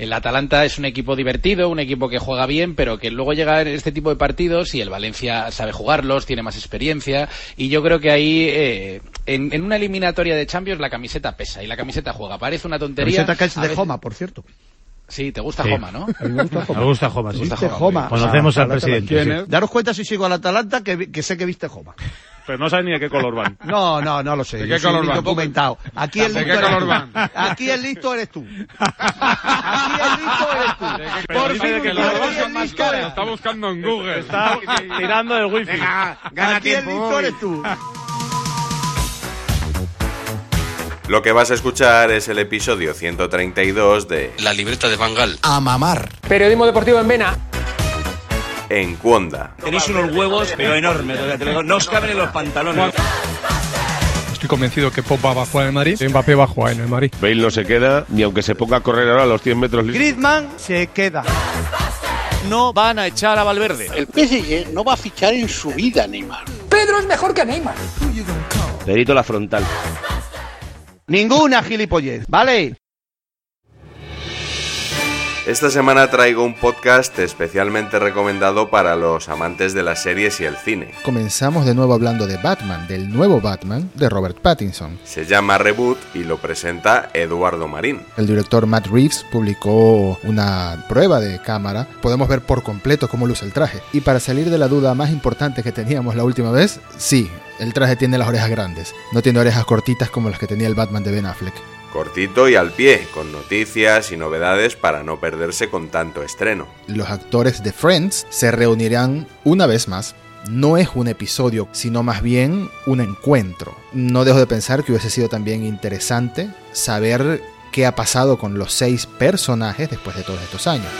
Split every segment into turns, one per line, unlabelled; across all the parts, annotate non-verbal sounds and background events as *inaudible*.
El Atalanta es un equipo divertido, un equipo que juega bien, pero que luego llega en este tipo de partidos y el Valencia sabe jugarlos, tiene más experiencia y yo creo que ahí eh, en, en, una eliminatoria de Champions la camiseta pesa y la camiseta juega. Parece una tontería.
Camiseta que es de Joma, por cierto.
Sí, te gusta sí. Joma, ¿no?
A mí me gusta Joma.
Me gusta Joma, sí.
Gusta Joma, Joma.
Conocemos o sea, al presidente.
Sí. Daros cuenta si sigo al Atalanta que, que sé que viste Joma.
Pero no sabes ni de qué color van.
No, no, no lo sé.
¿De qué color van?
documentado. Aquí el,
¿De
listo
qué color van?
Aquí el listo eres tú. Aquí el listo eres tú.
Pero *laughs* Por fin, de que los dos son más caros. Está buscando en Google.
Está
*laughs*
tirando del wifi.
Venga, gana Aquí tiempo, el listo voy. eres tú.
Lo que vas a escuchar es el episodio 132 de
*laughs* La libreta de Bangal.
A mamar.
Periodismo deportivo en Vena
en Cuonda.
Tenéis unos huevos, pero enormes. no os caben en los pantalones.
Estoy convencido que Pop va a jugar en el Madrid. Mbappé va a jugar en el Madrid.
Bale no se queda, ni aunque se ponga a correr ahora a los 100 metros.
Griezmann se queda.
No van a echar a Valverde.
El PSG no va a fichar en su vida Neymar.
Pedro es mejor que Neymar.
Perito la frontal.
Ninguna gilipollez, ¿vale?
Esta semana traigo un podcast especialmente recomendado para los amantes de las series y el cine.
Comenzamos de nuevo hablando de Batman, del nuevo Batman de Robert Pattinson.
Se llama Reboot y lo presenta Eduardo Marín.
El director Matt Reeves publicó una prueba de cámara. Podemos ver por completo cómo luce el traje. Y para salir de la duda más importante que teníamos la última vez, sí, el traje tiene las orejas grandes. No tiene orejas cortitas como las que tenía el Batman de Ben Affleck
cortito y al pie, con noticias y novedades para no perderse con tanto estreno.
Los actores de Friends se reunirán una vez más. No es un episodio, sino más bien un encuentro. No dejo de pensar que hubiese sido también interesante saber qué ha pasado con los seis personajes después de todos estos años.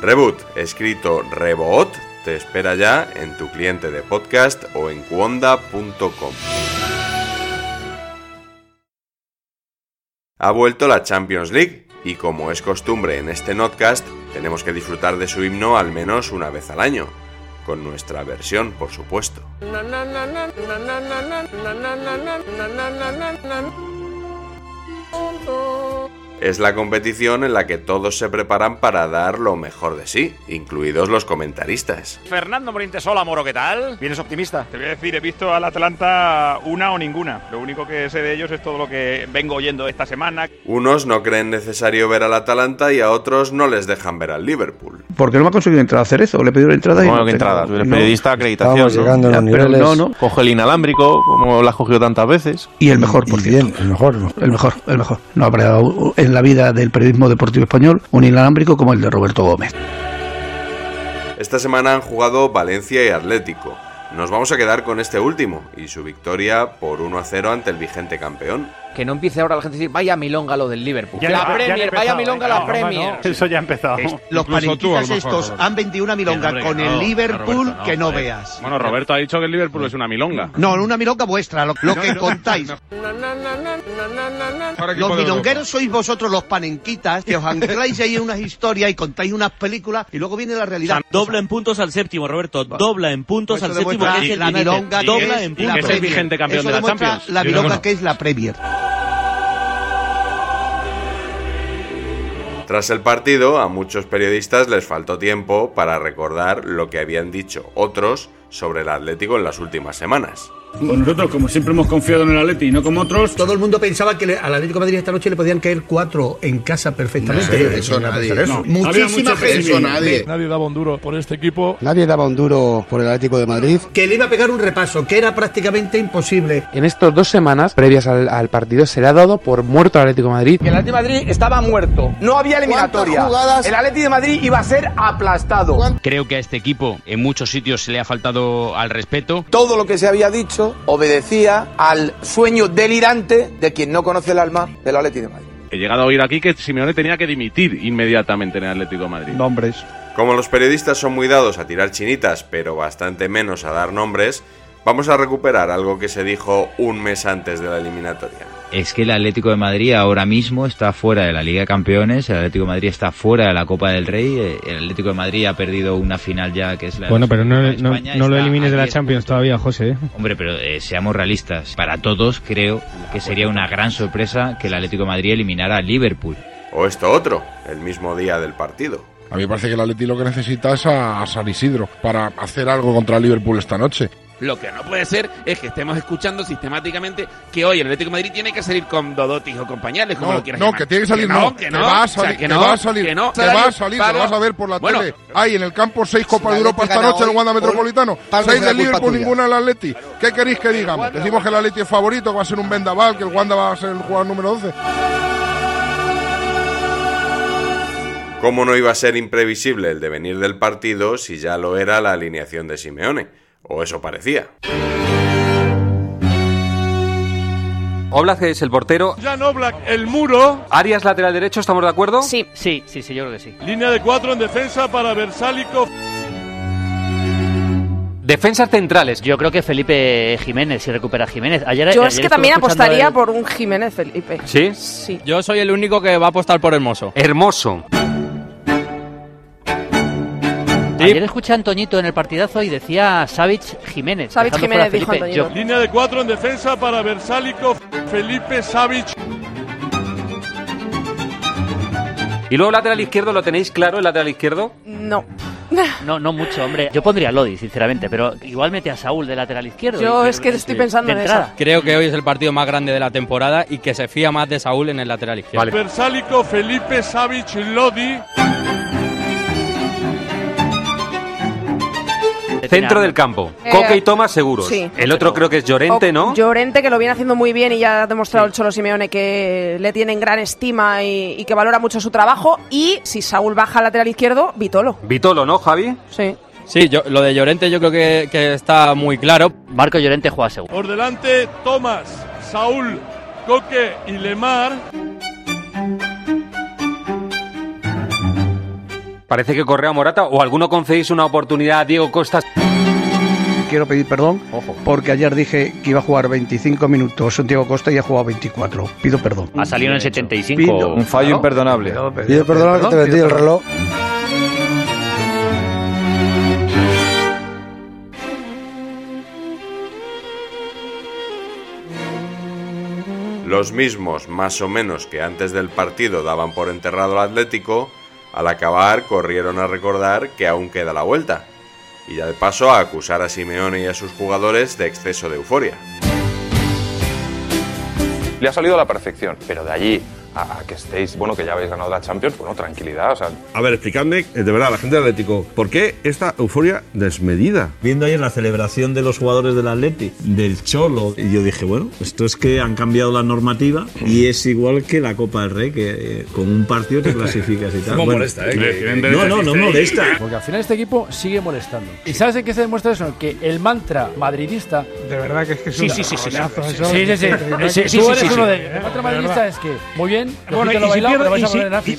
Reboot, escrito Reboot, te espera ya en tu cliente de podcast o en cuonda.com. ha vuelto la Champions League y como es costumbre en este podcast, tenemos que disfrutar de su himno al menos una vez al año, con nuestra versión por supuesto. Es la competición en la que todos se preparan para dar lo mejor de sí, incluidos los comentaristas.
Fernando Sola, Moro, ¿qué tal?
¿Vienes optimista?
Te voy a decir, he visto al Atlanta una o ninguna. Lo único que sé de ellos es todo lo que vengo oyendo esta semana.
Unos no creen necesario ver al Atalanta y a otros no les dejan ver al Liverpool.
¿Por qué no me ha conseguido entrar a hacer eso? Le he pedido la entrada y
no,
no
que entrada? Tú eres no. periodista, acreditación.
Estamos llegando ¿no? a los
Pero
niveles.
No, no. Coge el inalámbrico, como lo has cogido tantas veces.
Y el mejor, por
y bien, el mejor,
el mejor, el mejor. No habrá en la vida del periodismo deportivo español un inalámbrico como el de Roberto Gómez.
Esta semana han jugado Valencia y Atlético. Nos vamos a quedar con este último y su victoria por 1 a 0 ante el vigente campeón.
Que no empiece ahora la gente a decir, vaya milonga lo del Liverpool.
Ya
la
ya
Premier,
empezado,
vaya milonga
eh,
la
no,
Premier.
no. Eso ya ha empezado.
Es- los palinquitas estos han vendido una milonga con el Liverpool que no veas.
Bueno, Roberto ha dicho que el Liverpool es una milonga.
No, una milonga vuestra, lo, lo que contáis.
Ahora equipo
Los
Este de
milongueros sois vosotros los panenquitas que os ancláis ahí en unas historias y contáis unas películas y luego viene la realidad.
Dobla en puntos al séptimo, Roberto. Dobla en puntos
Eso
al séptimo.
demuestra
que es el
la
líder.
milonga que
Dobla
es
en
la
puntos.
es el
Premier.
vigente campeón
Eso
de la
demuestra
Champions.
La
Yo
milonga
no.
que es la Premier.
Tras el partido, a muchos periodistas les faltó tiempo para recordar lo que habían dicho otros sobre el Atlético en las últimas semanas.
Pues nosotros, como siempre hemos confiado en el Atleti y no como otros... Todo el mundo pensaba que le- al Atlético de Madrid esta noche le podían caer cuatro en casa perfectamente.
No, eso nadie.
No,
Muchísima
había mucho
gente.
pesimismo.
Eso nadie.
Nadie daba un duro por este equipo.
Nadie daba un duro por el Atlético de Madrid.
Que le iba a pegar un repaso, que era prácticamente imposible.
En estas dos semanas previas al, al partido se le ha dado por muerto al Atlético de Madrid.
El Atlético de Madrid estaba muerto. No había eliminatoria.
¿Cuántas jugadas?
El Atlético de Madrid iba a ser aplastado.
Creo que a este equipo en muchos sitios se le ha faltado al respeto.
Todo lo que se había dicho obedecía al sueño delirante de quien no conoce el alma del Atlético de Madrid.
He llegado a oír aquí que Simeone tenía que dimitir inmediatamente en el Atlético de Madrid.
Nombres.
Como los periodistas son muy dados a tirar chinitas, pero bastante menos a dar nombres, vamos a recuperar algo que se dijo un mes antes de la eliminatoria.
es que el Atlético de Madrid ahora mismo está fuera de la Liga de Campeones, el Atlético de Madrid está fuera de la Copa del Rey, eh, el Atlético de Madrid ha perdido una final ya que es la...
Bueno, pero no, no-
España
no lo
está
elimines de
a
la
diez
Champions todavía, José. ¿eh?
Hombre, pero eh, seamos realistas, para todos creo que sería una gran sorpresa que el Atlético de Madrid eliminara a Liverpool.
O esto otro, el mismo día del partido.
A mí me parece que el Atleti lo que necesita es a, a San Isidro para hacer algo contra el Liverpool esta noche.
Lo que no puede ser es que estemos escuchando sistemáticamente que hoy el Atlético de Madrid tiene que salir con dodotis o con pañales, como
No,
lo quieras
no,
llamar.
que tiene que salir, no,
que
que
no.
va a
o sea,
salir,
que
que
no,
va a salir,
que no.
que va a
Dale,
salir,
palo.
lo vas a ver por la
Bueno,
tele. Hay en el campo seis Copas de Atleti Europa esta gana noche en hoy, el Wanda por- Metropolitano, Palo seis será del culpa Liverpool, tuya. ninguna del Atleti. ¿Qué queréis que digamos? Decimos que el Atleti es favorito, que va a ser un vendaval, que el Wanda va a ser el jugador número 12.
¿Cómo no iba a ser imprevisible el devenir del partido si ya lo era la alineación de Simeone? O eso parecía.
Oblak es el portero.
Jan Oblak, el muro.
Arias lateral derecho, ¿estamos de acuerdo?
Sí, sí, sí, sí, yo creo que sí.
Línea de cuatro en defensa para Bersálico.
Defensas centrales. Yo creo que Felipe Jiménez, si recupera Jiménez. Ayer,
Yo
ayer
es que
estuve
también
Eh, escuchando
apostaría
el-
por un Jiménez Felipe.
¿Sí?
Sí.
Yo soy el único que va a apostar por Hermoso. Hermoso.
Ayer escuché a Antoñito en el partidazo y decía Savic Jiménez.
Savic
dejando fuera a
Jiménez, dijo
Felipe. Yo-
Línea de cuatro en defensa para Bersálico. Felipe Savic.
Y luego lateral izquierdo, ¿lo tenéis claro el lateral izquierdo?
No.
No, no mucho, hombre. Yo pondría a Lodi, sinceramente, pero igual mete a Saúl de lateral izquierdo.
Yo
Y-
es que estoy pensando
de
en
entrada.
esa.
Creo que hoy es el partido más grande de la temporada y que se fía más de Saúl en el lateral izquierdo.
Bersálico, Felipe Savic, Lodi.
Centro del campo.
Eh,
Coque y Tomás seguros.
sí.
El otro creo que es Llorente,
O-
¿no?
Llorente, que lo viene haciendo muy bien y ya ha demostrado el Cholo Simeone que le tiene en gran estima y, y que valora mucho su trabajo. Y si Saúl baja al lateral izquierdo, Vitolo.
Vitolo, ¿no, Javi?
Sí.
Sí, yo, lo de Llorente yo creo que, que está muy claro.
Marco Llorente juega seguro.
Por delante, Tomás, Saúl, Coque y Lemar.
Parece que Correa o Morata o alguno concedéis una oportunidad a Diego Costas.
Quiero pedir perdón porque ayer dije que iba a jugar 25 minutos Santiago Costa y ha jugado 24. Pido perdón.
Ha salido en el 75.
Pido- Un fallo imperdonable. Pido- pido- Pido perdón al que te
vendí el reloj.
Los mismos, más o menos, que antes del partido daban por enterrado al Atlético, al acabar corrieron a recordar que aún queda la vuelta. Y ya de paso a acusar a Simeone y a sus jugadores de exceso de euforia.
Le ha salido a la perfección, pero de allí a, a que estéis, bueno, que ya habéis ganado la Champions, bueno, tranquilidad, o sea,
A ver, explicadme, eh, de verdad, la gente del Atlético, ¿por qué esta euforia desmedida?
Viendo ayer la celebración de los jugadores del Atleti, del Cholo, y yo dije, bueno, esto es que han cambiado la normativa y es igual que la Copa del Rey, que eh, con un partido te clasificas y tal.
No
Bueno,
molesta, ¿eh? Que- que-
No, no, no molesta.
Porque al final este equipo sigue molestando. ¿Y sabes en qué se demuestra eso? Que el mantra madridista. De verdad que es que
es Sí, un sí, sí, sí. coñazo eso. Sí, sí, sí.
Tú
Sí, sí, sí,
eres
sí,
uno
sí.
de ellos. El mantra
De
madridista
verdad.
es que, muy bien,
Bueno,
bueno,
y
lo
si
bailado,
pierde-
pero vais
y
a
si-
poner nazi.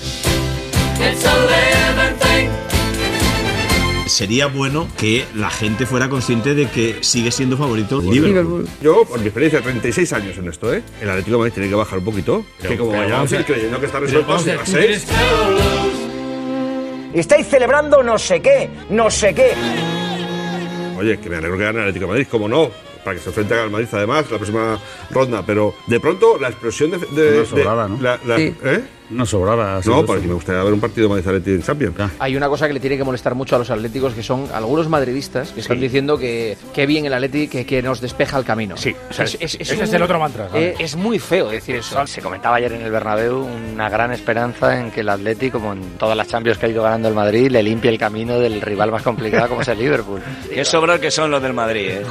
Sería bueno que la gente fuera consciente de que sigue siendo favorito Liverpool.
Yo, por mi experiencia, 36 años en esto, ¿eh? El Atlético de Madrid tiene que bajar un poquito. que como
pero
vayamos
vamos
a ir
a-
creyendo que está
pero
resuelto,
vamos a-
se va a
tú
ser.
eres-
Estáis celebrando no sé qué, no sé qué.
Oye, que me alegro que gane el Atlético de Madrid, como no, para que se enfrente al Madrid además la próxima ronda, pero de pronto la explosión de... de-
Una
de-
sobrada, ¿no?
la- la-
Sí.
¿eh?
No sobraba. No, porque me gustaría ver un partido Madrid-Atleti en Champions.
Hay una cosa que le tiene que molestar mucho a los atléticos, que son algunos madridistas que están diciendo que qué bien el Atleti, que, que nos despeja el camino. Sí,
sea, ese es el otro mantra, ¿sabes?
eh, es muy feo decir eso.
Se comentaba ayer en el Bernabéu una gran esperanza en que el Atleti, como en todas las Champions que ha ido ganando el Madrid, le limpie el camino del rival más complicado como es el Liverpool.
*laughs* Qué sobros que son los del Madrid, ¿eh?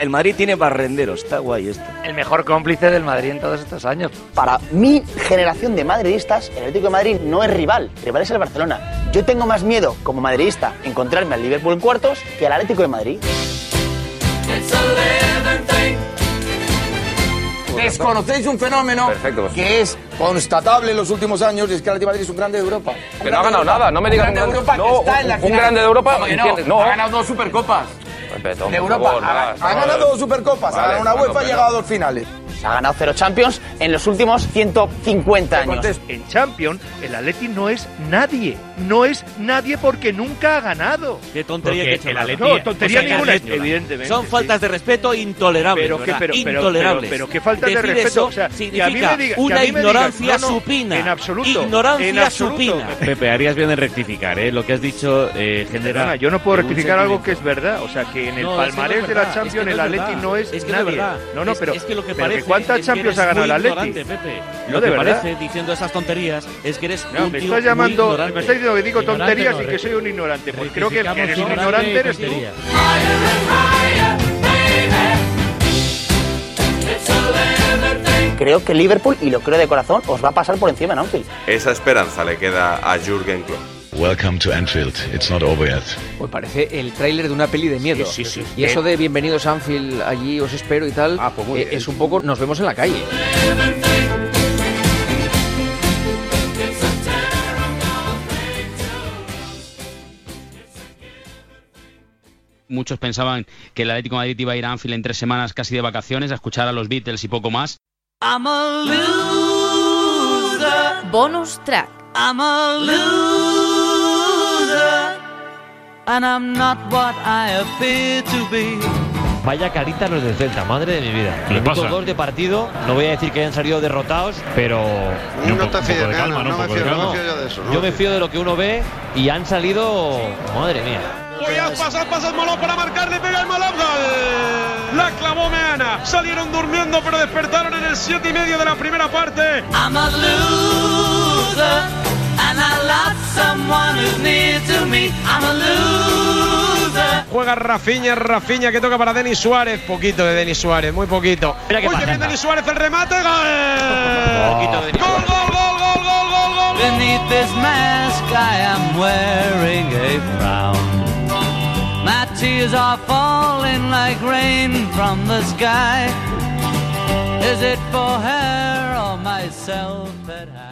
El Madrid tiene barrenderos, está guay esto.
El mejor cómplice del Madrid en todos estos años.
Para mi generación de madridistas, el Atlético de Madrid no es rival, rival es el Barcelona. Yo tengo más miedo, como madridista, encontrarme al Liverpool en cuartos que al Atlético de Madrid.
Desconocéis un fenómeno
Perfecto. pues.
que es constatable en los últimos años y es que el Atlético de Madrid es un grande de Europa.
Que no ha ganado nada, no me digas
un grande de
un gran-
Europa. que
no,
está en la
un
final.
grande de Europa,
No, que
entiendes,
no,
no.
ha ganado dos supercopas. De
Respeto, por
Europa
favor,
ha,
nada,
ha
está
ganado
mal.
dos supercopas,
Vale,
ha ganado una
bueno,
UEFA y ha
pero-
llegado a dos finales.
Se ha ganado cero Champions en los últimos 150 años.
En Champions, el Atleti no es nadie. No es nadie porque nunca ha ganado.
Qué tontería
Porque
que he hecho,
el
Rafa.
Atleti- No, tontería o sea, el ninguna. Atleti, evidentemente,
Son
sí.
faltas de respeto intolerables.
Pero que-
¿verdad?
pero- pero-
intolerables.
pero- pero qué falta de
Decir
respeto,
eso
o sea, que a mí
significa
me diga- que a
una
mí me
ignorancia
digas, no, no,
supina.
en absoluto,
Ignorancia
en absoluto.
supina.
Pepe, harías bien en rectificar, ¿eh? Lo que has dicho eh, genera... Perdona, yo no puedo algún rectificar algo sentimiento. que es verdad. O sea, que en el No, es que no palmarés es de la verdad, Champions es que no el es Atleti verdad, no es, es que no es nadie. verdad. no, no,
Es-
pero,
es que lo que
pero
parece
¿cuántas
es que
Champions
eres
ha ganado el
muy
Atleti?
ignorante, Pepe.
No,
Lo
de
que
verdad.
parece diciendo esas tonterías es que eres
No,
un
me
tío
estás
muy
llamando,
ignorante.
me estás diciendo que digo
Ignorante
tonterías
no,
y que soy un ignorante. Pues creo que el que eres un
Rectificamos
ignorante
ignorante
eres
y
tú.
tonterías.
Creo que Liverpool, y lo creo de corazón, os va a pasar por encima en Anfield.
Esa esperanza le queda a Jürgen Klopp.
Welcome to Anfield. It's not over yet.
Pues parece el tráiler de una peli de miedo.
Sí, Eh. Ah, sí, sí.
Y eso de bienvenidos a Anfield, allí os espero y tal,
pues
eh, es un poco nos vemos en la calle.
Muchos pensaban que el Atlético de Madrid iba a ir a Anfield en tres semanas casi de vacaciones a escuchar a los Beatles y poco más.
I'm a loser. Bonus track. I'm a loser. And I'm not what I appear to be. Vaya carita los del Celta, madre de mi vida.
¿Qué le
Minuto
pasa?
dos de partido, no voy a decir que hayan salido derrotados, pero...
No te fíes, no, no me fío, no me fío
yo de eso. Yo me fío de lo que uno ve y han salido... Madre mía.
Goiás pasa, pasa el Malón para marcar, le pega el Malón, gol. La clavó Meana. Salieron durmiendo, pero despertaron en el 7 y medio de la primera parte.
I'm a
loser,
and I love someone who's near to me. I'm a loser.
Juega Rafiña, Rafiña que toca para Denis Suárez. Poquito de Denis Suárez, muy poquito. Mira
qué
Uy, que
pasa.
bien Denis Suárez el remate. Gol. Gol, gol, gol.
Beneath this mask, I am wearing a frown. My tears are falling like rain from the sky. Is it for her or myself that I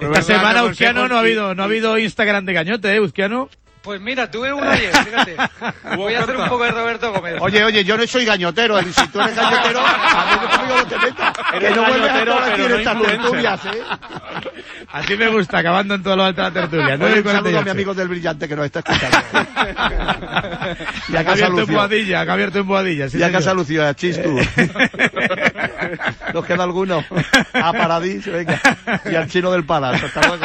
Esta semana, Euskiano, no ha habido, no ha habido Instagram de Cañote, ¿eh, Euskiano?
Pues mira, tuve uno ayer,
*laughs*
fíjate. Voy a hacer un poco de Roberto Gómez.
Oye, oye, yo no soy gañotero, y si tú eres *laughs* gañotero, a mí conmigo no te metas.
Eres
Que no vuelves a
gañotero,
estar aquí
pero
en
no
estas
influencer.
tertulias, ¿eh? Así me gusta, acabando en todo lo alto de la tertulia.
Oye, un saludo a mi
amigo del brillante que
*laughs*
nos está escuchando. Ya que abierto en Boadilla, que ha abierto en Boadilla.
Ya que has
lucido a Chistu. Nos queda alguno. A Paradis, venga. Y al chino del Palas. Hasta luego.